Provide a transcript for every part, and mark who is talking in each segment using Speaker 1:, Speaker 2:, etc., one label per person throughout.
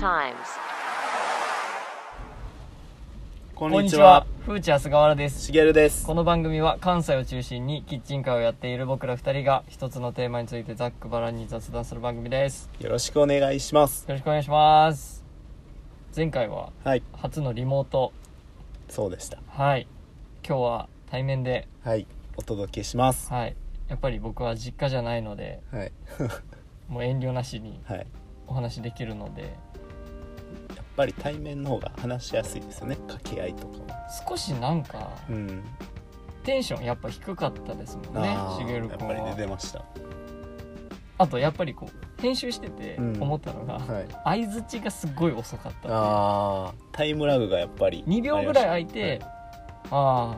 Speaker 1: times.
Speaker 2: こ
Speaker 3: こんにちは。ふーちゃん菅原です。
Speaker 2: しげるです
Speaker 3: この番組は関西を中心にキッチンカーをやっている僕ら二人が一つのテーマについてざっくばらんに雑談する番組です。
Speaker 2: よろしくお願いします
Speaker 3: よろしくお願いします。前回は
Speaker 2: はい
Speaker 3: 初のリモート。
Speaker 2: そうでした
Speaker 3: はい。今日は対面で、
Speaker 2: はいお届けします
Speaker 3: はい。やっぱり僕は実家じゃないので、
Speaker 2: はい
Speaker 3: もう遠慮なしに
Speaker 2: はいやっ
Speaker 3: お話できるので、
Speaker 2: ぱり対面の方が話しやすいですよね掛け合いとかは
Speaker 3: 少しなんか
Speaker 2: うん
Speaker 3: テンションやっぱ低かったですもんね
Speaker 2: あ、ー
Speaker 3: しげる
Speaker 2: やっ
Speaker 3: 君
Speaker 2: ぱり出
Speaker 3: は。
Speaker 2: てました
Speaker 3: あとやっぱりこう、編集してて
Speaker 2: うん
Speaker 3: 思ったのが、
Speaker 2: はい
Speaker 3: 相づちがすっごい遅かった
Speaker 2: あータイムラグがやっぱり
Speaker 3: 2秒ぐらい空いて「ああ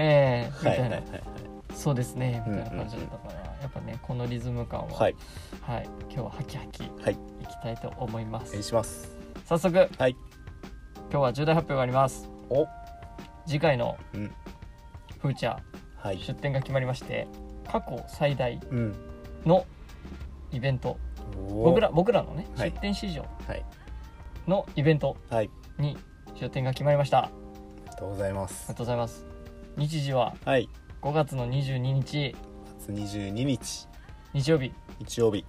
Speaker 3: へえ」み
Speaker 2: は
Speaker 3: た
Speaker 2: い
Speaker 3: い
Speaker 2: はい
Speaker 3: な
Speaker 2: はい
Speaker 3: 「そうですね」みたいな
Speaker 2: うんうんうん
Speaker 3: 感じだったからやっぱねこのリズム感は
Speaker 2: はいは
Speaker 3: はい
Speaker 2: い
Speaker 3: 今日はハキハキい
Speaker 2: はい
Speaker 3: きたいと思いま
Speaker 2: お願い
Speaker 3: す
Speaker 2: します
Speaker 3: 早速
Speaker 2: はい
Speaker 3: 今日は重大発表があります
Speaker 2: お
Speaker 3: 次回の
Speaker 2: うん
Speaker 3: フーチャー
Speaker 2: はい
Speaker 3: 出展が決まりまして過去最大
Speaker 2: うん
Speaker 3: のイベント
Speaker 2: おー
Speaker 3: 僕ら僕らのね
Speaker 2: は
Speaker 3: 出
Speaker 2: い
Speaker 3: 展市場
Speaker 2: はい
Speaker 3: のイベント
Speaker 2: はい
Speaker 3: に出展が決まりましたあ
Speaker 2: ありがとうございま
Speaker 3: り
Speaker 2: す
Speaker 3: がとうございます日時は
Speaker 2: はい
Speaker 3: 5月の22日
Speaker 2: 月22日
Speaker 3: 日曜日
Speaker 2: 日曜日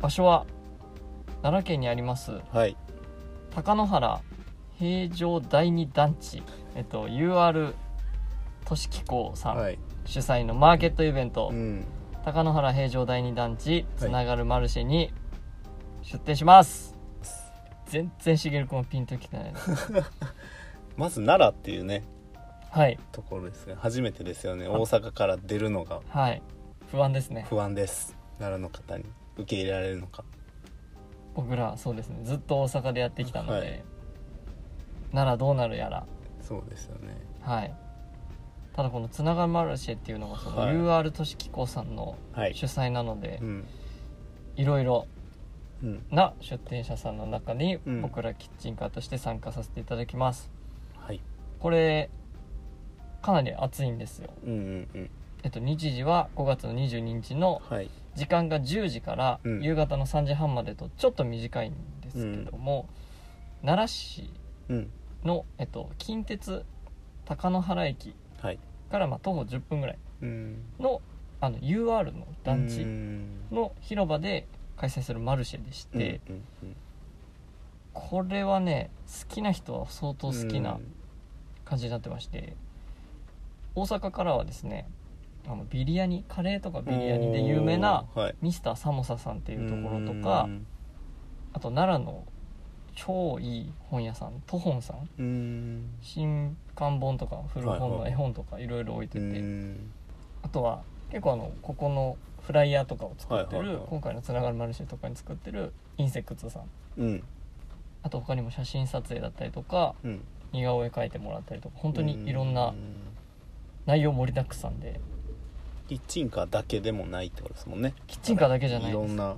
Speaker 3: 場所は奈良県にあります
Speaker 2: はい
Speaker 3: 高野原平城第二団地、えっと、UR 都市機構さん
Speaker 2: はい
Speaker 3: 主催のマーケットイベント、
Speaker 2: うん
Speaker 3: 高野原平城第二団地
Speaker 2: は
Speaker 3: つ
Speaker 2: い
Speaker 3: ながるマルシェに出店します、全然しげるくんもピンときて ないです
Speaker 2: まず奈良っていうね
Speaker 3: はい
Speaker 2: ところですね初めてですよね大阪から出るのが
Speaker 3: はい不安ですね
Speaker 2: 不安です奈良の方に受け入れられるのか
Speaker 3: 僕らそうですねずっと大阪でやってきたので、
Speaker 2: はい
Speaker 3: 奈良どうなるやら
Speaker 2: そうですよね
Speaker 3: はい、ただこの「つながるマルシェ」っていうのがその
Speaker 2: はい
Speaker 3: UR 都市機構さんの
Speaker 2: はい
Speaker 3: 主催なので、
Speaker 2: う
Speaker 3: い
Speaker 2: ん
Speaker 3: ろいろ
Speaker 2: うん
Speaker 3: な出店者さんの中に
Speaker 2: うん
Speaker 3: 僕らキッチンカーとして参加させていただきます、
Speaker 2: はい
Speaker 3: これかなり暑いんですよ
Speaker 2: うんうんうん
Speaker 3: えっと日時は5月の22日の
Speaker 2: はい
Speaker 3: 時間が10時から
Speaker 2: うん
Speaker 3: 夕方の3時半までとちょっと短いんですけども、奈良市
Speaker 2: うん
Speaker 3: の、えっと、近鉄高野原駅
Speaker 2: はい
Speaker 3: からまあ徒歩10分ぐらい
Speaker 2: うん
Speaker 3: のあの UR の
Speaker 2: う
Speaker 3: 団地
Speaker 2: ん
Speaker 3: の広場で開催するマルシェでし
Speaker 2: うんう
Speaker 3: て
Speaker 2: ん、うん
Speaker 3: これはね好きな人は相当好き
Speaker 2: う
Speaker 3: なん感じになってまして、大阪からはですねあのビリヤニカレーとかビリヤニで有名な
Speaker 2: おーはい
Speaker 3: ミスターサモサさんっていうところとかあと奈良の超いい本屋さんトホンさん
Speaker 2: うんうん
Speaker 3: 新刊本とか古本の絵本とかいろいろ置いて
Speaker 2: う
Speaker 3: て、
Speaker 2: ん
Speaker 3: あとは結構あのここのフライヤーとかを作ってる、
Speaker 2: はいはいはい
Speaker 3: 今回の「つながるマルシェ」とかに作ってるインセクツさん
Speaker 2: うん
Speaker 3: あと他にも写真撮影だったりとか
Speaker 2: うん
Speaker 3: 似顔絵描いてもらったりとか
Speaker 2: 本
Speaker 3: 本当にいろんな内容盛りだくさんで
Speaker 2: キッチンカーだけでもないってことですもんね
Speaker 3: キッチンカーだけじゃない
Speaker 2: いろ
Speaker 3: で
Speaker 2: ん
Speaker 3: す
Speaker 2: な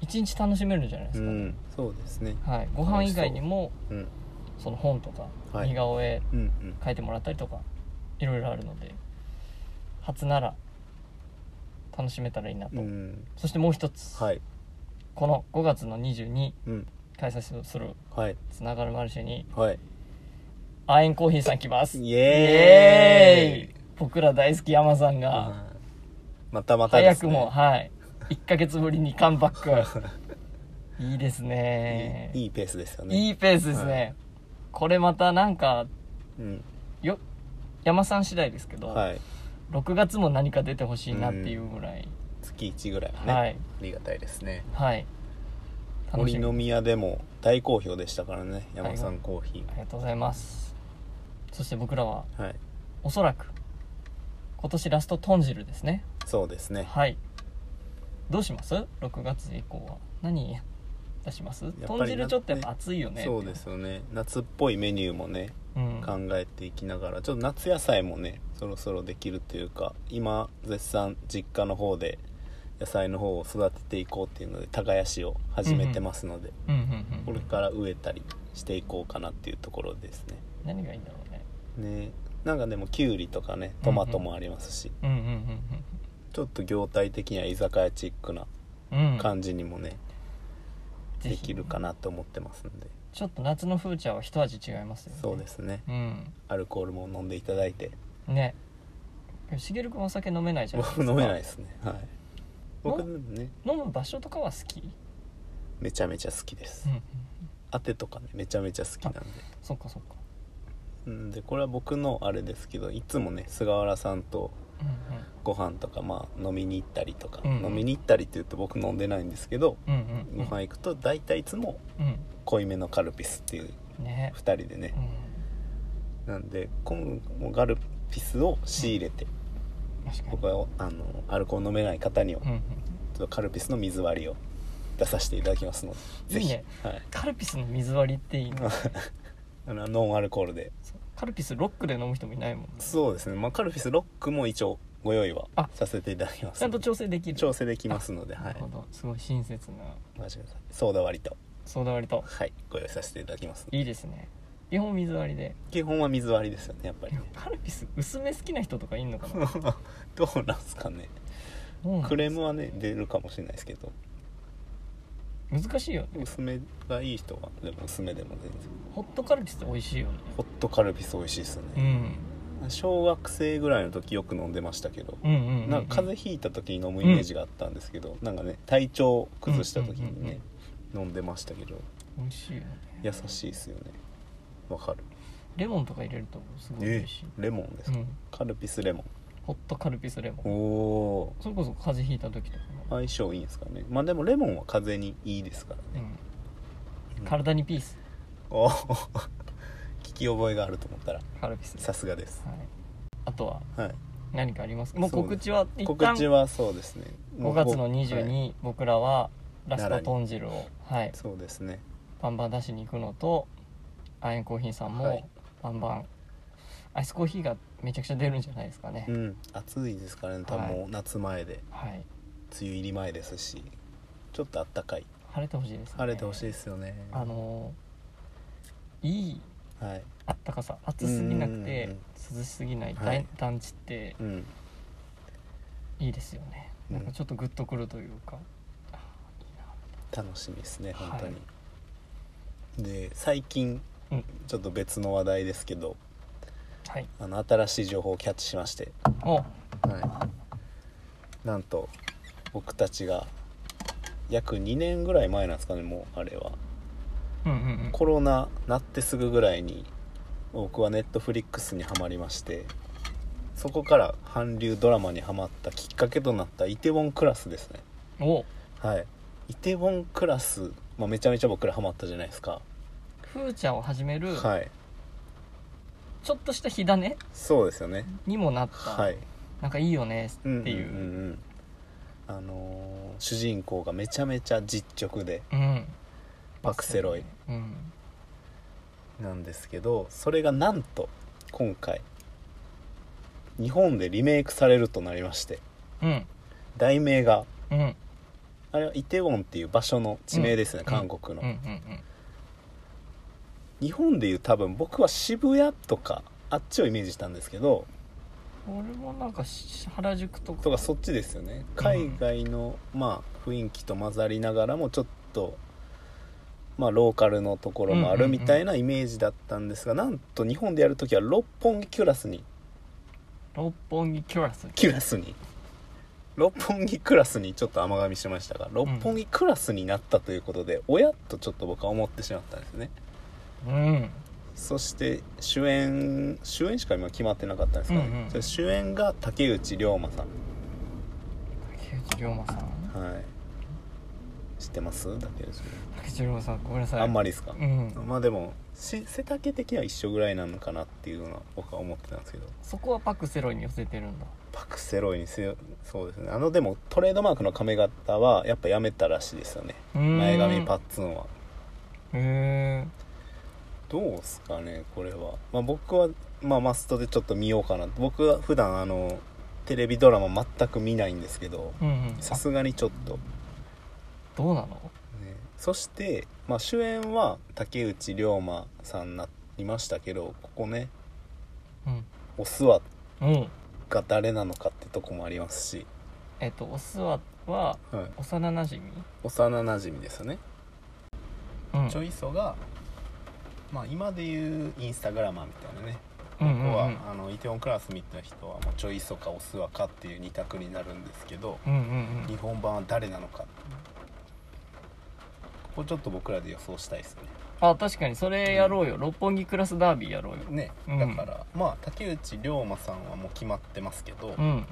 Speaker 3: 一日楽しめるんじゃない
Speaker 2: う
Speaker 3: ですか、
Speaker 2: んそうですね
Speaker 3: はい、ご飯以外にも
Speaker 2: うん
Speaker 3: その本とか
Speaker 2: はい
Speaker 3: 似顔絵
Speaker 2: うんうん
Speaker 3: 描いてもらったりとかいろいろあるので初なら楽しめたらいいなと、
Speaker 2: うん
Speaker 3: そしてもう一つ、
Speaker 2: はい
Speaker 3: この5月の22
Speaker 2: うん
Speaker 3: 開催する
Speaker 2: はい
Speaker 3: つながるマルシェに
Speaker 2: はい
Speaker 3: アエンコーヒーさん来ます
Speaker 2: イエーイ
Speaker 3: イエーイ僕ら大好き山さんが
Speaker 2: うんまたまたで
Speaker 3: 早
Speaker 2: す
Speaker 3: く
Speaker 2: ね
Speaker 3: も、はい1ヶ月ぶりにカムバッ クいいですね
Speaker 2: いいいいペースですよね
Speaker 3: いいペースですね、
Speaker 2: は
Speaker 3: これまたなんか
Speaker 2: うん
Speaker 3: よ山さん次第ですけど、
Speaker 2: はい
Speaker 3: 6月も何か出てほしいなっていうぐらい、
Speaker 2: 月1ぐらいはね、
Speaker 3: はい
Speaker 2: ありがたいですね
Speaker 3: はい楽
Speaker 2: 森
Speaker 3: しみ
Speaker 2: の
Speaker 3: あ
Speaker 2: 宮でも大好評でしたからね山さんコーヒ
Speaker 3: りがとうございますそして僕らは
Speaker 2: ーはい、
Speaker 3: おそらく今年ラスト豚汁ですね
Speaker 2: そうですね
Speaker 3: はいどうします ?6 月以降は何出します
Speaker 2: り
Speaker 3: 豚汁ちょっとやっぱ暑いよねってい
Speaker 2: そうですよね夏っぽいメニューもね
Speaker 3: うん、
Speaker 2: 考えていきながらちょっと夏野菜もねそろそろできるというか今絶賛実家の方で野菜の方を育てていこうっていうので耕しを始めてますので、
Speaker 3: うんうんう
Speaker 2: こ
Speaker 3: ん
Speaker 2: れから植えたりしていこうかなっていうところですね
Speaker 3: 何がいいんだろうね
Speaker 2: ねなんかでもきゅうりとかねトマトもありますし、
Speaker 3: うんうん
Speaker 2: ちょっと業態的には居酒屋チックな
Speaker 3: うんうんうん
Speaker 2: 感じにもね、で
Speaker 3: ぜひ
Speaker 2: きるかなと思ってますので
Speaker 3: ちょっと夏の風茶は一味違いますよね
Speaker 2: そうですね
Speaker 3: うん
Speaker 2: アルコールも飲んでいただいて
Speaker 3: ねしげるくんお酒飲めないじゃないです
Speaker 2: 僕
Speaker 3: か
Speaker 2: 飲めないですねはい僕でもね
Speaker 3: 飲む場所とかは好き、
Speaker 2: めちゃめちゃ好きです
Speaker 3: うんうんうん、
Speaker 2: 当てとかねめちゃめちゃ好きなんで
Speaker 3: そっかそっか
Speaker 2: うんでこれは僕のあれですけどいつもね菅原さんと
Speaker 3: う
Speaker 2: ご飯とかまあ飲みに行ったりとか、
Speaker 3: うん
Speaker 2: 飲みに行ったりって言うと僕飲んでないんですけど、
Speaker 3: んうんうんうん
Speaker 2: ご飯行くと大体いつも
Speaker 3: うん
Speaker 2: 濃いめのカルピスっていう
Speaker 3: ね
Speaker 2: 2人でね
Speaker 3: うん、
Speaker 2: なんで今後ガルピスを仕入れて、
Speaker 3: 確かに
Speaker 2: 僕はあのアルコール飲めない方には
Speaker 3: うんうん
Speaker 2: ちょっとカルピスの水割りを出させていただきますのでぜ
Speaker 3: いい
Speaker 2: ひ
Speaker 3: ね
Speaker 2: はい、
Speaker 3: カルピスの水割りっていいな
Speaker 2: あのノンアルコールで
Speaker 3: そうカルピスロックで飲む人もいないもんね
Speaker 2: そうですね、まあ、カルピスロックも一応ご用意は
Speaker 3: あ
Speaker 2: させていただきます
Speaker 3: ちゃんと調整できる
Speaker 2: 調整できますのでは
Speaker 3: ないるほどすごい親切な
Speaker 2: お待ちくださいソーダ割りと
Speaker 3: ソーダ割りと
Speaker 2: はいご用意させていただきます
Speaker 3: いいですね基本水割りで
Speaker 2: 基本は水割りですよねやっぱりね
Speaker 3: カルピス薄め好きな人とかいんのかな
Speaker 2: どうなんすかね
Speaker 3: どうなん
Speaker 2: クレームはね出るかもしれないですけど
Speaker 3: 難しいよね
Speaker 2: 娘がいい人はでも娘でも全然
Speaker 3: ホットカルピスって美味しいよね
Speaker 2: ホットカルピス美味しいですよ
Speaker 3: う
Speaker 2: ね、
Speaker 3: ん
Speaker 2: 小学生ぐらいの時よく飲んでましたけど、
Speaker 3: うんうんうんうん
Speaker 2: なんか風邪ひいた時に飲むイメージがあったんですけど、なんかね体調崩した時にね、飲んでましたけど
Speaker 3: 美味しいよね
Speaker 2: 優しいですよねわかる
Speaker 3: レモンとか入れるとすごい美味しい、
Speaker 2: レモンです
Speaker 3: う
Speaker 2: か、
Speaker 3: ん、
Speaker 2: カルピスレモ
Speaker 3: ホットカルピスレモ
Speaker 2: ンお
Speaker 3: ン
Speaker 2: お
Speaker 3: それこそ風邪ひいた時とかも、
Speaker 2: 相性いいんですかねまあでもレモンは風邪にいいですから
Speaker 3: う
Speaker 2: ね、
Speaker 3: ん、
Speaker 2: うん
Speaker 3: 体にピース
Speaker 2: おー 聞き覚えがあると思ったら
Speaker 3: カルピス、
Speaker 2: さすがです、
Speaker 3: はい、あとは
Speaker 2: はい、
Speaker 3: 何かありますかもう
Speaker 2: そうです
Speaker 3: 告知は一
Speaker 2: 告
Speaker 3: 旦
Speaker 2: 知はそうですねも
Speaker 3: 5
Speaker 2: う
Speaker 3: 月の
Speaker 2: はい
Speaker 3: 22、僕らはラスト
Speaker 2: 奈良に
Speaker 3: 豚汁を、はい、
Speaker 2: そうですね
Speaker 3: バンバン出しに行くのとアイアンコーヒーさん
Speaker 2: はい
Speaker 3: もバンバンアイスコーヒーがめちゃくちゃ出るんじゃないですかね、
Speaker 2: うん暑いですからね多分もう夏前で、
Speaker 3: はい
Speaker 2: 梅雨入り前ですしちょっとあったかい
Speaker 3: 晴れてほしいですね
Speaker 2: 晴れてほしいですよね
Speaker 3: あのーいい
Speaker 2: はい
Speaker 3: あったかさ暑すぎなく
Speaker 2: うん
Speaker 3: て
Speaker 2: うん
Speaker 3: 涼しすぎない
Speaker 2: はい
Speaker 3: 大団地って
Speaker 2: うん
Speaker 3: いいですよね、
Speaker 2: うん
Speaker 3: なんかちょっとグッとくるというかあ
Speaker 2: 楽しみですね
Speaker 3: はい
Speaker 2: 本当に、で最近、
Speaker 3: うん
Speaker 2: ちょっと別の話題ですけど
Speaker 3: はい
Speaker 2: あの新しい情報をキャッチしまして、
Speaker 3: お
Speaker 2: はい、なんと僕たちが約2年ぐらい前なんですかねもうあれは
Speaker 3: うんうんうん
Speaker 2: コロナなってすぐぐらいに僕はネットフリックスにはまりましてそこから韓流ドラマにはまったきっかけとなったイテウォンクラスですね
Speaker 3: お
Speaker 2: はいイテウォンクラス、まあ、めちゃめちゃ僕らハマったじゃないですか、
Speaker 3: フーチャーを始める
Speaker 2: はい
Speaker 3: ちょっとした火種
Speaker 2: そうですよね
Speaker 3: にもなった、
Speaker 2: はい
Speaker 3: なんかいいよね
Speaker 2: ん
Speaker 3: っていう,、
Speaker 2: んんうんあのー主人公がめちゃめちゃ実直で
Speaker 3: うん
Speaker 2: パクセロイ
Speaker 3: うん
Speaker 2: なんですけどそれがなんと今回日本でリメイクされるとなりまして
Speaker 3: うん
Speaker 2: 題名が
Speaker 3: うんうん
Speaker 2: あれはイテウォンっていう場所の地名ですね、
Speaker 3: ん
Speaker 2: 韓国の、
Speaker 3: うんうん
Speaker 2: 日本でいう多分僕は渋谷とかあっちをイメージしたんですけど
Speaker 3: 俺もなんかし原宿とか
Speaker 2: とかそっちですよね海外の、まあ雰囲気と混ざりながらもちょっとまあローカルのところもあるみたいなイメージだったんですが、なんと日本でやるときは六本木キュラスに
Speaker 3: 六本木キュラス
Speaker 2: キュラスに六本木クラスにちょっと甘噛みしましたが六本木クラスになったということで、親とちょっと僕は思ってしまったんですね
Speaker 3: うん
Speaker 2: そして主演主演しか今決まってなかったんですかね、
Speaker 3: うんうん
Speaker 2: それ主演が竹内涼真さ
Speaker 3: 竹内涼真さん
Speaker 2: んはい知ってます竹内涼
Speaker 3: 竹内涼真さんごめんなさ
Speaker 2: 真
Speaker 3: い
Speaker 2: あんま
Speaker 3: り
Speaker 2: りですか
Speaker 3: う、ん
Speaker 2: まあでもし背丈的には一緒ぐらいなのかなっていうのは僕は思ってたんですけど
Speaker 3: そこはパクセロイに寄せてるんだ
Speaker 2: パクセロイにせよそうですねあのでもトレードマークの髪型はやっぱやめたらしいですよね前髪パッ
Speaker 3: へ
Speaker 2: ツンは
Speaker 3: え
Speaker 2: どうすかねこれは、まあ、僕は、まあ、マストでちょっと見ようかな僕は普段あのテレビドラマ全く見ないんですけど
Speaker 3: うんうん
Speaker 2: さすがにちょっと、ね、
Speaker 3: どうなの
Speaker 2: そして、まあ、主演は竹内涼真さんになりましたけどここね
Speaker 3: うん
Speaker 2: お諏訪
Speaker 3: うん
Speaker 2: が誰なのかってとこもありますし、
Speaker 3: えっとお諏訪は
Speaker 2: はい、
Speaker 3: 幼なじみ
Speaker 2: 幼なじみですよね
Speaker 3: うん
Speaker 2: ちょいそが、まあ、今でいうインスタグラマーみたいなね
Speaker 3: うん
Speaker 2: ここは、
Speaker 3: うん
Speaker 2: あのイテウォンクラス見た人はもうちょいそかオスはかっていう二択になるんですけど
Speaker 3: うんうんうん
Speaker 2: 日本版は誰なのかここちょっと僕らで予想したいです
Speaker 3: あ確かにそれやろうよ、六本木クラスダービーやろうよ
Speaker 2: ね
Speaker 3: うん
Speaker 2: ねだから、まあ竹内涼真さんはもう決まってますけど、
Speaker 3: うん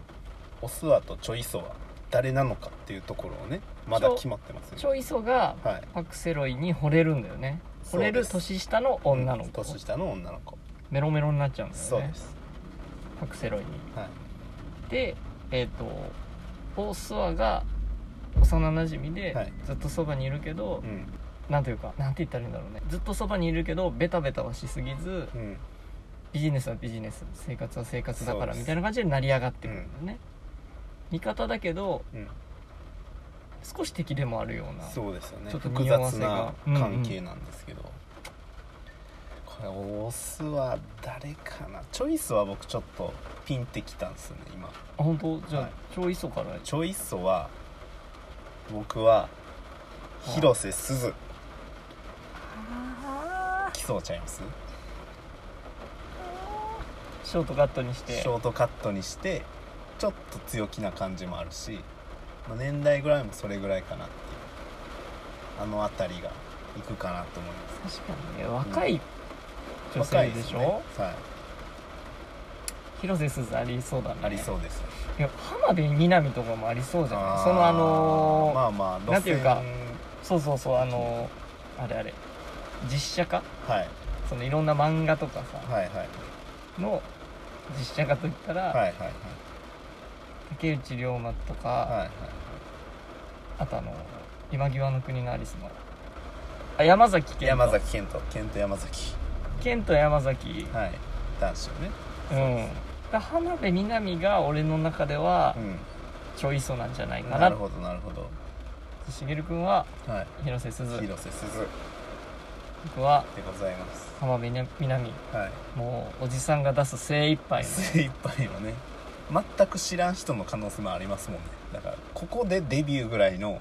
Speaker 2: オスはとチョイソは誰なのかっていうところをねまだ決まってますよね
Speaker 3: チョイソが
Speaker 2: はい
Speaker 3: パクセロイに惚れるんだよね惚れる
Speaker 2: そうです
Speaker 3: 年下の女の子
Speaker 2: 年下の女の子
Speaker 3: メロメロになっちゃうんだ
Speaker 2: そう
Speaker 3: よね
Speaker 2: です、
Speaker 3: パクセロイに
Speaker 2: はい、
Speaker 3: でえっ、とオースワが幼なじみで
Speaker 2: はい
Speaker 3: ずっとそばにいるけど、
Speaker 2: うん
Speaker 3: なんていうかなんて言ったらいいんだろうねずっとそばにいるけどベタベタはしすぎず
Speaker 2: うん
Speaker 3: ビジネスはビジネス生活は生活だか
Speaker 2: そ
Speaker 3: ら
Speaker 2: うです
Speaker 3: みたいな感じで成り上がってくるんだよね、味方だけど
Speaker 2: うん
Speaker 3: 少し敵でもあるような
Speaker 2: そうですよね
Speaker 3: ちょっと
Speaker 2: 複
Speaker 3: 匂わ
Speaker 2: 雑
Speaker 3: せが
Speaker 2: な関係なんですけど、これオスは誰かなチョイスは僕ちょっとピンってきたんですよね今
Speaker 3: あ本当じゃあ、
Speaker 2: はい
Speaker 3: 超磯から
Speaker 2: チョイスは僕は広瀬すず来そうちゃいます
Speaker 3: ショートカットにし
Speaker 2: シ
Speaker 3: て
Speaker 2: ョートカットにしてちょっと強気な感じもあるし、まあ年代ぐらいもそれぐらいかなっていうあの辺りがいくかなと思います
Speaker 3: 確かにね若い女
Speaker 2: 若
Speaker 3: 性
Speaker 2: い
Speaker 3: でしょ、
Speaker 2: ねは
Speaker 3: 広瀬すずありそうだね
Speaker 2: いありそうです
Speaker 3: いや浜辺美波とかもありそうじゃないそのあのー
Speaker 2: まあまあ路線
Speaker 3: なんていうかそうそうそうあのーあれあれ実写化
Speaker 2: はい
Speaker 3: そのいろんな漫画とかさ
Speaker 2: はいはい
Speaker 3: の実写化といったら、
Speaker 2: はいはいはい
Speaker 3: 竹内涼真とか、
Speaker 2: はいはい
Speaker 3: あとあの今際の国のアリスのあ山崎健
Speaker 2: 山崎健人健人山崎
Speaker 3: 健と山崎、
Speaker 2: はい男子よね
Speaker 3: うんだ浜辺美波が俺の中では
Speaker 2: う
Speaker 3: ちょいそなんじゃない
Speaker 2: ん
Speaker 3: か
Speaker 2: な
Speaker 3: な
Speaker 2: るほどなるほど
Speaker 3: しげる君は
Speaker 2: はい
Speaker 3: 広瀬すず
Speaker 2: 広瀬すず
Speaker 3: 僕は
Speaker 2: でございます
Speaker 3: 浜辺美波
Speaker 2: はい
Speaker 3: もうおじさんが出す精一杯の
Speaker 2: 精一杯のね全く知らん人の可能性もありますもんねだからここでデビューぐらいの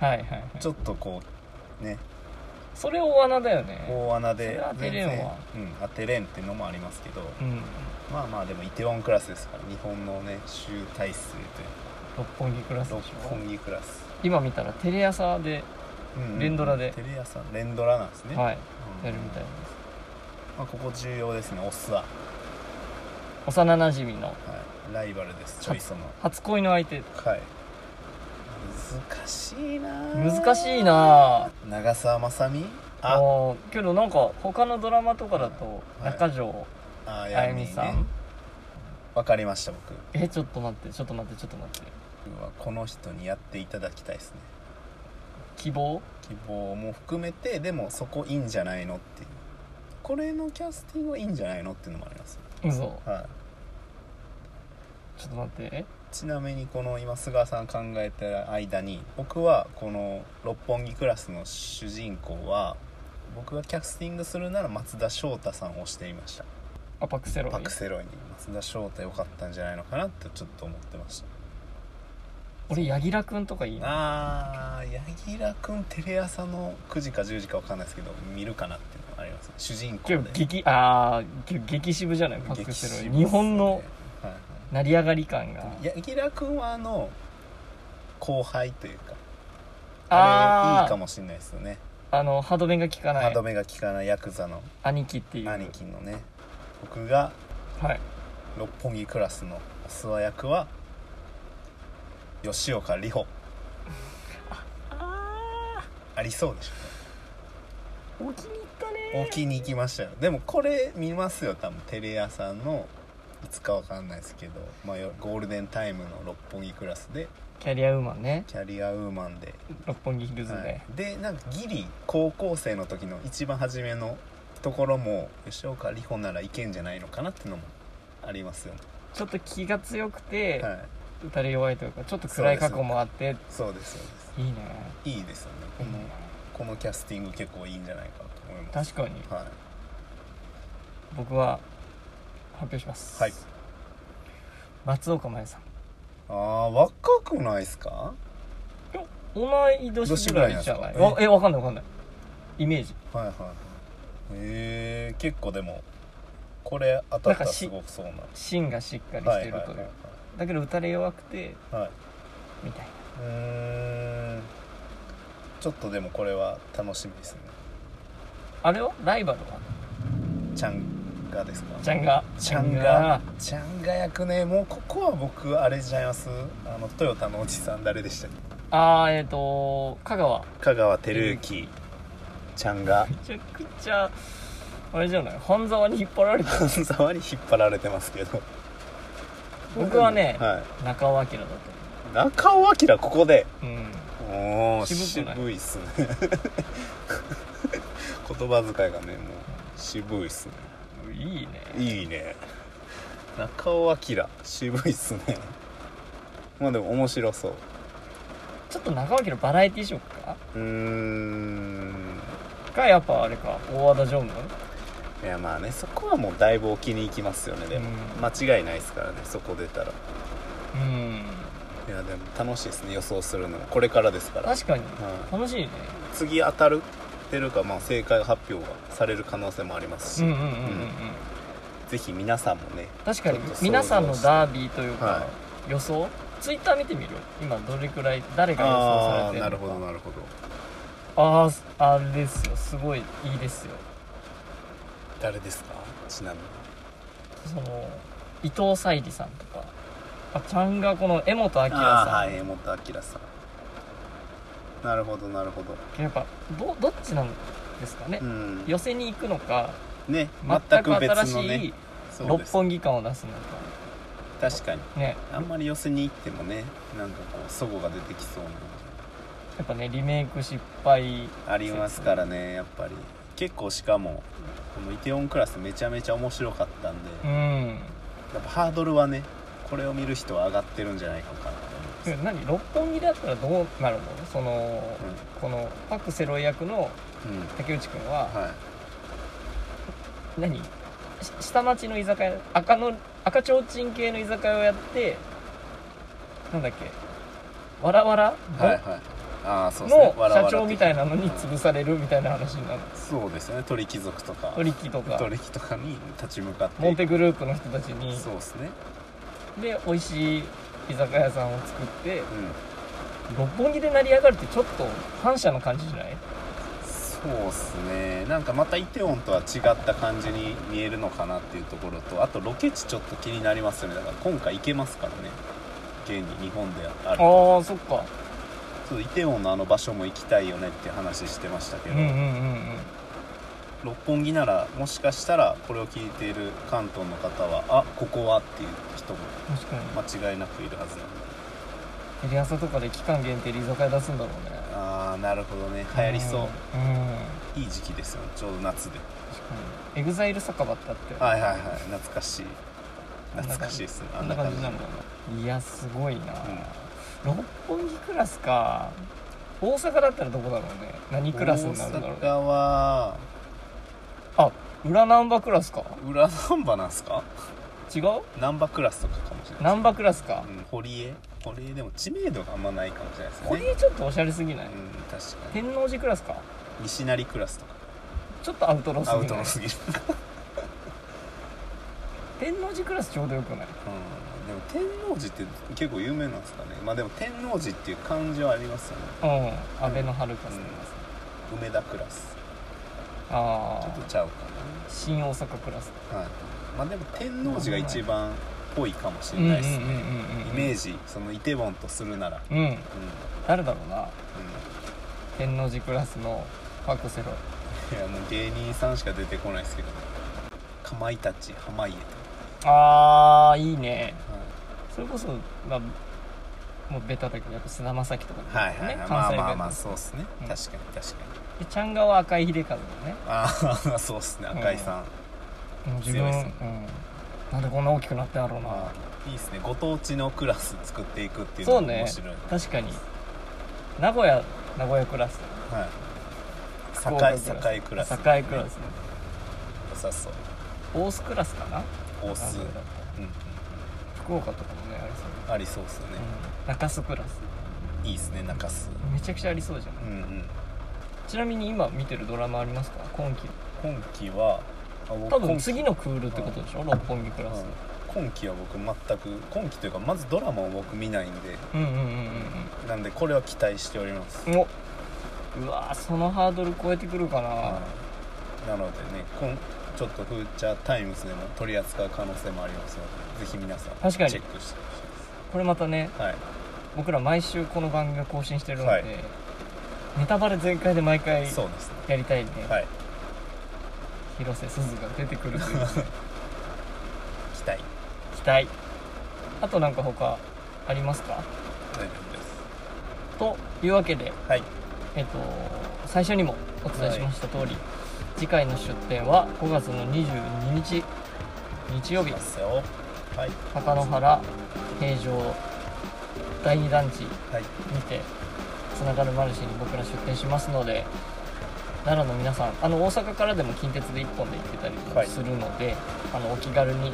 Speaker 3: はいはいはい
Speaker 2: ちょっとこうね
Speaker 3: それ大穴だよね
Speaker 2: 大穴
Speaker 3: そ
Speaker 2: で
Speaker 3: れ当てれんわ
Speaker 2: 全然うん当てれんっていうのもありますけど
Speaker 3: うん
Speaker 2: まあまあでもイテウォンクラスですから日本のね集大成
Speaker 3: 六本木クラス
Speaker 2: というか
Speaker 3: でし
Speaker 2: 六
Speaker 3: ょ
Speaker 2: 本木クラス
Speaker 3: 今見たらテレ朝で、
Speaker 2: うんうん
Speaker 3: 連ドラで
Speaker 2: テレ朝連ドラなんですね
Speaker 3: はい
Speaker 2: うん
Speaker 3: やるみたいで
Speaker 2: まあここ重要ですねオスは
Speaker 3: す幼なじみの
Speaker 2: はいライバルですチョイソの
Speaker 3: 初恋の相手
Speaker 2: はい難しいなぁ
Speaker 3: 難しいなぁ
Speaker 2: 長澤まさみ
Speaker 3: あ
Speaker 2: あ
Speaker 3: ーけどなんか他のドラマとかだと
Speaker 2: はい
Speaker 3: 中条
Speaker 2: あ
Speaker 3: あ
Speaker 2: や
Speaker 3: やみさ
Speaker 2: ね
Speaker 3: ん
Speaker 2: わかりました僕
Speaker 3: えちょっと待ってちょっと待ってちょっと待って
Speaker 2: 僕はこの人にやっていただきたいですね
Speaker 3: 希望
Speaker 2: 希望も含めてでもそこいいんじゃないのっていうこれのキャスティングいいんじゃないのっていうのもあります、
Speaker 3: 嘘
Speaker 2: は
Speaker 3: ちょっと待って
Speaker 2: い、ちなみにこの今菅さん考えてる間に僕はこの六本木クラスの主人公は僕がキャスティングするなら松田翔太さんをしていました
Speaker 3: あパクセロイ
Speaker 2: パクセロイに松田翔太良かったんじゃないのかなってちょっと思ってました
Speaker 3: 俺柳楽君とかいいな
Speaker 2: ああ柳楽君テレ朝の9時か10時か分かんないですけど見るかなっていうのがありますね主人公
Speaker 3: け
Speaker 2: で
Speaker 3: ど激ああ激渋じゃないパク
Speaker 2: 激渋
Speaker 3: セ
Speaker 2: で
Speaker 3: ロ
Speaker 2: す
Speaker 3: イ
Speaker 2: ね
Speaker 3: 日本の
Speaker 2: はいは
Speaker 3: 成り上がり感が
Speaker 2: い柳楽君はあの後輩というかあれいい
Speaker 3: あ
Speaker 2: かもしれないですよね
Speaker 3: ああの歯止めが効かな
Speaker 2: 歯
Speaker 3: い
Speaker 2: 止めが効かないヤクザの
Speaker 3: 兄貴っていう
Speaker 2: 兄貴のね僕が
Speaker 3: はい
Speaker 2: 六本木クラスのお諏訪役は吉岡里帆ありそうでしょ
Speaker 3: お気に入ったね
Speaker 2: 置きに行きましたよでもこれ見ますよ多分テレ朝のいつかわかんないですけど、まあ、よゴールデンタイムの六本木クラスで
Speaker 3: キャリアウーマンね
Speaker 2: キャリアウーマンで、
Speaker 3: 六本木ヒルズ
Speaker 2: はい
Speaker 3: ね、
Speaker 2: でなんかギリ高校生の時の一番初めのところも吉岡里帆ならいけんじゃないのかなってのもありますよね、
Speaker 3: ちょっと気が強くて
Speaker 2: はい、
Speaker 3: 打たれ弱いというかちょっと暗い過去もあって
Speaker 2: そうですそうです
Speaker 3: いいね
Speaker 2: いいですよねこ
Speaker 3: いい
Speaker 2: の,、
Speaker 3: ね
Speaker 2: このキャスティング結構いいんじゃないかなと思います
Speaker 3: 確かに
Speaker 2: はい
Speaker 3: 僕は発表します
Speaker 2: はい
Speaker 3: 松岡茉優さん
Speaker 2: ああ若くないですか
Speaker 3: 同い年ぐらいじゃない
Speaker 2: 年ぐらいなんですか
Speaker 3: わえわかんないわかんないイメージ
Speaker 2: はいはいはいへえ結構でもこれ当たったらすごくそうな
Speaker 3: 芯がしっかり
Speaker 2: は
Speaker 3: し
Speaker 2: い
Speaker 3: て
Speaker 2: は
Speaker 3: る
Speaker 2: い
Speaker 3: という、
Speaker 2: はい
Speaker 3: だけど打たれ弱くて
Speaker 2: はい、はい、
Speaker 3: みたいな
Speaker 2: うーんちょっとでもこれは楽しみですね
Speaker 3: あれはライバルは
Speaker 2: ちゃんがですか
Speaker 3: チャンガ
Speaker 2: ちゃんがちゃんが役ねもうここは僕あれじゃいますあのトヨタのおじさん誰でしたっけ
Speaker 3: ああえっ、と香川
Speaker 2: 香川照之ちゃん が
Speaker 3: めちゃくちゃあれじゃない半沢に引っ張られてる
Speaker 2: 半沢に引っ張られてますけど
Speaker 3: 僕はね
Speaker 2: は
Speaker 3: 中尾明だと
Speaker 2: い、中尾明ここで
Speaker 3: 思ううん
Speaker 2: おお
Speaker 3: 渋
Speaker 2: 渋
Speaker 3: くない
Speaker 2: いっすね 言葉遣いがねもう渋いっすね
Speaker 3: いいね
Speaker 2: いいね中尾明渋いっすね まあでも面白そう
Speaker 3: ちょっと中脇のバラエティー色か
Speaker 2: うーん
Speaker 3: がやっぱあれか大和田常務
Speaker 2: いやまあねそこはもうだいぶ置きに行きますよねでも、
Speaker 3: うん
Speaker 2: 間違いないですからねそこ出たらい
Speaker 3: うん
Speaker 2: やでも楽しいですね予想するのもこれからですから、はい、
Speaker 3: 確かに楽しいね
Speaker 2: 次当たるてるか、まあ、正解発表がされる可能性もありますし、
Speaker 3: うんうんうんうんうん
Speaker 2: うんぜひ皆さんもね
Speaker 3: 確かに
Speaker 2: ちょっと想像して
Speaker 3: 皆さんのダービーというか、
Speaker 2: は
Speaker 3: 予想ツイッター見てみる今どれくらい誰が予想さ
Speaker 2: あ
Speaker 3: れ
Speaker 2: あ
Speaker 3: て
Speaker 2: な
Speaker 3: る
Speaker 2: る
Speaker 3: の
Speaker 2: ほ
Speaker 3: か
Speaker 2: どなるほど
Speaker 3: あーあれですよすごいいいですよ
Speaker 2: 誰ですかちなみに
Speaker 3: その伊藤沙莉さんとかあちゃんがこの柄本明さん、
Speaker 2: ああはい江本明さんなるほどなるほど
Speaker 3: やっぱどどっちなんですかね、
Speaker 2: うん
Speaker 3: 寄せに行くのか
Speaker 2: ね
Speaker 3: 全
Speaker 2: 全
Speaker 3: く
Speaker 2: く
Speaker 3: 新
Speaker 2: 別
Speaker 3: し
Speaker 2: のね
Speaker 3: い
Speaker 2: そう
Speaker 3: 六
Speaker 2: です
Speaker 3: 本木感を出すのか
Speaker 2: 確かに
Speaker 3: ね
Speaker 2: あんまり寄せに行ってもねなんかこう齟齬が出てきそうな
Speaker 3: やっぱねリメイク失敗
Speaker 2: ありますからねやっぱり結構しかもこのイテオンクラスめちゃめちゃ面白かったんで、
Speaker 3: う
Speaker 2: や
Speaker 3: ん
Speaker 2: っぱハードルはねこれを見る人は上がってるんじゃないのかなと思います、うん
Speaker 3: 何六本木だったらどうなるのその、このパク・セロイ役の
Speaker 2: うん
Speaker 3: 竹内くんは、
Speaker 2: はい、
Speaker 3: 何し下町の居酒屋赤の赤ちょうちん系の居酒屋をやってなんだっけわらわら
Speaker 2: はいはいああそうです
Speaker 3: の
Speaker 2: ねわらわ
Speaker 3: 社
Speaker 2: ら
Speaker 3: 長みたいなの
Speaker 2: 的
Speaker 3: に潰されるみたいな話になる
Speaker 2: そうですね鳥貴族とか
Speaker 3: トリキとか
Speaker 2: 鳥貴とかに立ち向かって
Speaker 3: モンペグループの人たちに
Speaker 2: そうですね
Speaker 3: で美味しい居酒屋さんを作って
Speaker 2: うん
Speaker 3: 六本木で成り上がるってちょっと反社の感じじゃない
Speaker 2: そうですねなんかまたイテオンとは違った感じに見えるのかなっていうところとあとロケ地ちょっと気になりますよねだから今回行けますからね現に日本である
Speaker 3: あ
Speaker 2: と
Speaker 3: ーそっか
Speaker 2: そうイテオンのあの場所も行きたいよねって話してましたけ
Speaker 3: うん
Speaker 2: ど、
Speaker 3: うんうんうん
Speaker 2: 六本木ならもしかしたらこれを聞いている関東の方はあここはっていう人も
Speaker 3: 確かに
Speaker 2: 間違いなくいるはずなんで
Speaker 3: テレ朝とかで期間限定で居酒屋出すんだろうね
Speaker 2: ああなるほどね流行りそう
Speaker 3: うんうん
Speaker 2: いい時期ですよちょうど夏で
Speaker 3: 確かにエグザイル酒場ってあって
Speaker 2: はいはいはい懐かしい懐かしいですね
Speaker 3: あんな感じなんだ
Speaker 2: あ
Speaker 3: いやすごいな、
Speaker 2: うん
Speaker 3: 六本木クラスか大阪だったらどこだろうね何クラスになるんだろう
Speaker 2: 大
Speaker 3: ね
Speaker 2: 阪は
Speaker 3: あ裏ナンバークラスか
Speaker 2: 裏難波なんすか
Speaker 3: 違う
Speaker 2: 難波クラスとかかもしれない
Speaker 3: ナンバークラスか、
Speaker 2: うん、堀江堀江でも知名度があんまないかもしれないですね
Speaker 3: これちょっとおしゃれすぎない、
Speaker 2: うん確かに
Speaker 3: 天王寺クラスか
Speaker 2: 西成クラスとか
Speaker 3: ちょっとアウトローす
Speaker 2: アウ
Speaker 3: ぎ
Speaker 2: ト
Speaker 3: な
Speaker 2: の
Speaker 3: い
Speaker 2: すぎる、うん、
Speaker 3: 天王寺クラスちょうどよくな
Speaker 2: で
Speaker 3: い
Speaker 2: も天王寺って結構有名なんですかねまあでも天王寺っていう漢字はありますよね
Speaker 3: うん阿部のハルカス、
Speaker 2: うん梅田クラスちょ
Speaker 3: あ
Speaker 2: っと
Speaker 3: あ
Speaker 2: ちゃうか
Speaker 3: 新大阪クラス
Speaker 2: なはいまあでも天王寺が一番っぽいかもしれないですね、イメー
Speaker 3: ジ
Speaker 2: ジそのイテウォンとするなら
Speaker 3: うん
Speaker 2: うん
Speaker 3: 誰だろうな
Speaker 2: う
Speaker 3: 天王寺クラスのパクセロイ
Speaker 2: んいやもう芸人さんしか出てこないですけどかまいたち濱家と
Speaker 3: ああいいね
Speaker 2: か、
Speaker 3: それこそ、まあ、もうベタだけどやっぱ菅田将暉とか
Speaker 2: はい、はいはいはいまあまあまあ
Speaker 3: そ
Speaker 2: そうっすね、
Speaker 3: うん
Speaker 2: 確かに確かに
Speaker 3: でちゃんがは赤井秀和だよね
Speaker 2: ああ そうっすね赤井さん、
Speaker 3: もう自
Speaker 2: 強
Speaker 3: 分、
Speaker 2: いっ
Speaker 3: う
Speaker 2: す
Speaker 3: ん
Speaker 2: ね、
Speaker 3: なんでこんな大きくなったんだろうな
Speaker 2: まあいいっすねご当地のクラス作っていくっていうのも面白い、
Speaker 3: 確かに名古屋名古屋クラス
Speaker 2: はい栄栄クラス
Speaker 3: 栄クラスね
Speaker 2: 良さそう
Speaker 3: 大須クラスかな
Speaker 2: 大須
Speaker 3: 名古屋だっ
Speaker 2: うん、
Speaker 3: たら福岡とかもねありそうだね
Speaker 2: ありそうっすね、
Speaker 3: うん中洲クラス
Speaker 2: いいっすね中洲
Speaker 3: めちゃくちゃありそうじゃない
Speaker 2: うんうん
Speaker 3: ちなみに今見てるドラマありますか今期
Speaker 2: 今期はあ僕
Speaker 3: 多分
Speaker 2: 今期
Speaker 3: 次のクールってことでしょ六本木クラス
Speaker 2: 今期は僕全く今期というかまずドラマを僕見ないんで
Speaker 3: うんうんうんうん
Speaker 2: なんでこれは期待しております、
Speaker 3: うんおうわーそのハードル超えてくるかな
Speaker 2: はいなのでねこんちょっとフーチャータイムズでも取り扱う可能性もありますのでぜひ皆さん
Speaker 3: 確かに
Speaker 2: チェックしてほしいです
Speaker 3: これまたね
Speaker 2: はい
Speaker 3: 僕ら毎週この番組を更新してるので、
Speaker 2: はい
Speaker 3: ネタバレ全開で毎回
Speaker 2: そうですね
Speaker 3: やりたいね、
Speaker 2: はい
Speaker 3: 広瀬すずが出てくるという
Speaker 2: 期待大丈
Speaker 3: 期待あとなんか他ありますか
Speaker 2: 夫です
Speaker 3: というわけで
Speaker 2: はい
Speaker 3: えっと、最初にもお伝えしました通り、次回の出店は5月の22日日曜日
Speaker 2: ますよはい
Speaker 3: 高野原平城第二団地に
Speaker 2: はい
Speaker 3: てつながるマルシェに僕ら出店しますので奈良の皆さんあの大阪からでも近鉄で1本で行ってたり
Speaker 2: はい
Speaker 3: するので、あのお気軽に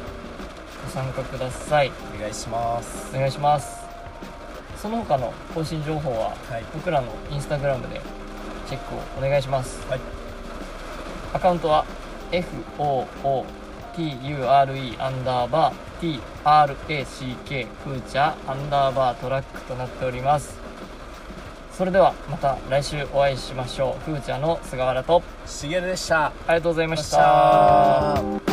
Speaker 3: ご参加ください
Speaker 2: お願いします
Speaker 3: お願いしますその他の更新情報は
Speaker 2: はい
Speaker 3: 僕らのインスタグラムでチェックをお願いします、
Speaker 2: はい
Speaker 3: アカウントは FOOTURE アンダーバー TRACK フーチャーアンダーバートラックとなっておりますそれではまた来週お会いしましょうフーチャーの菅原と
Speaker 2: しげるでした
Speaker 3: ありがとうございまし
Speaker 2: あ
Speaker 3: た
Speaker 2: りがとうございました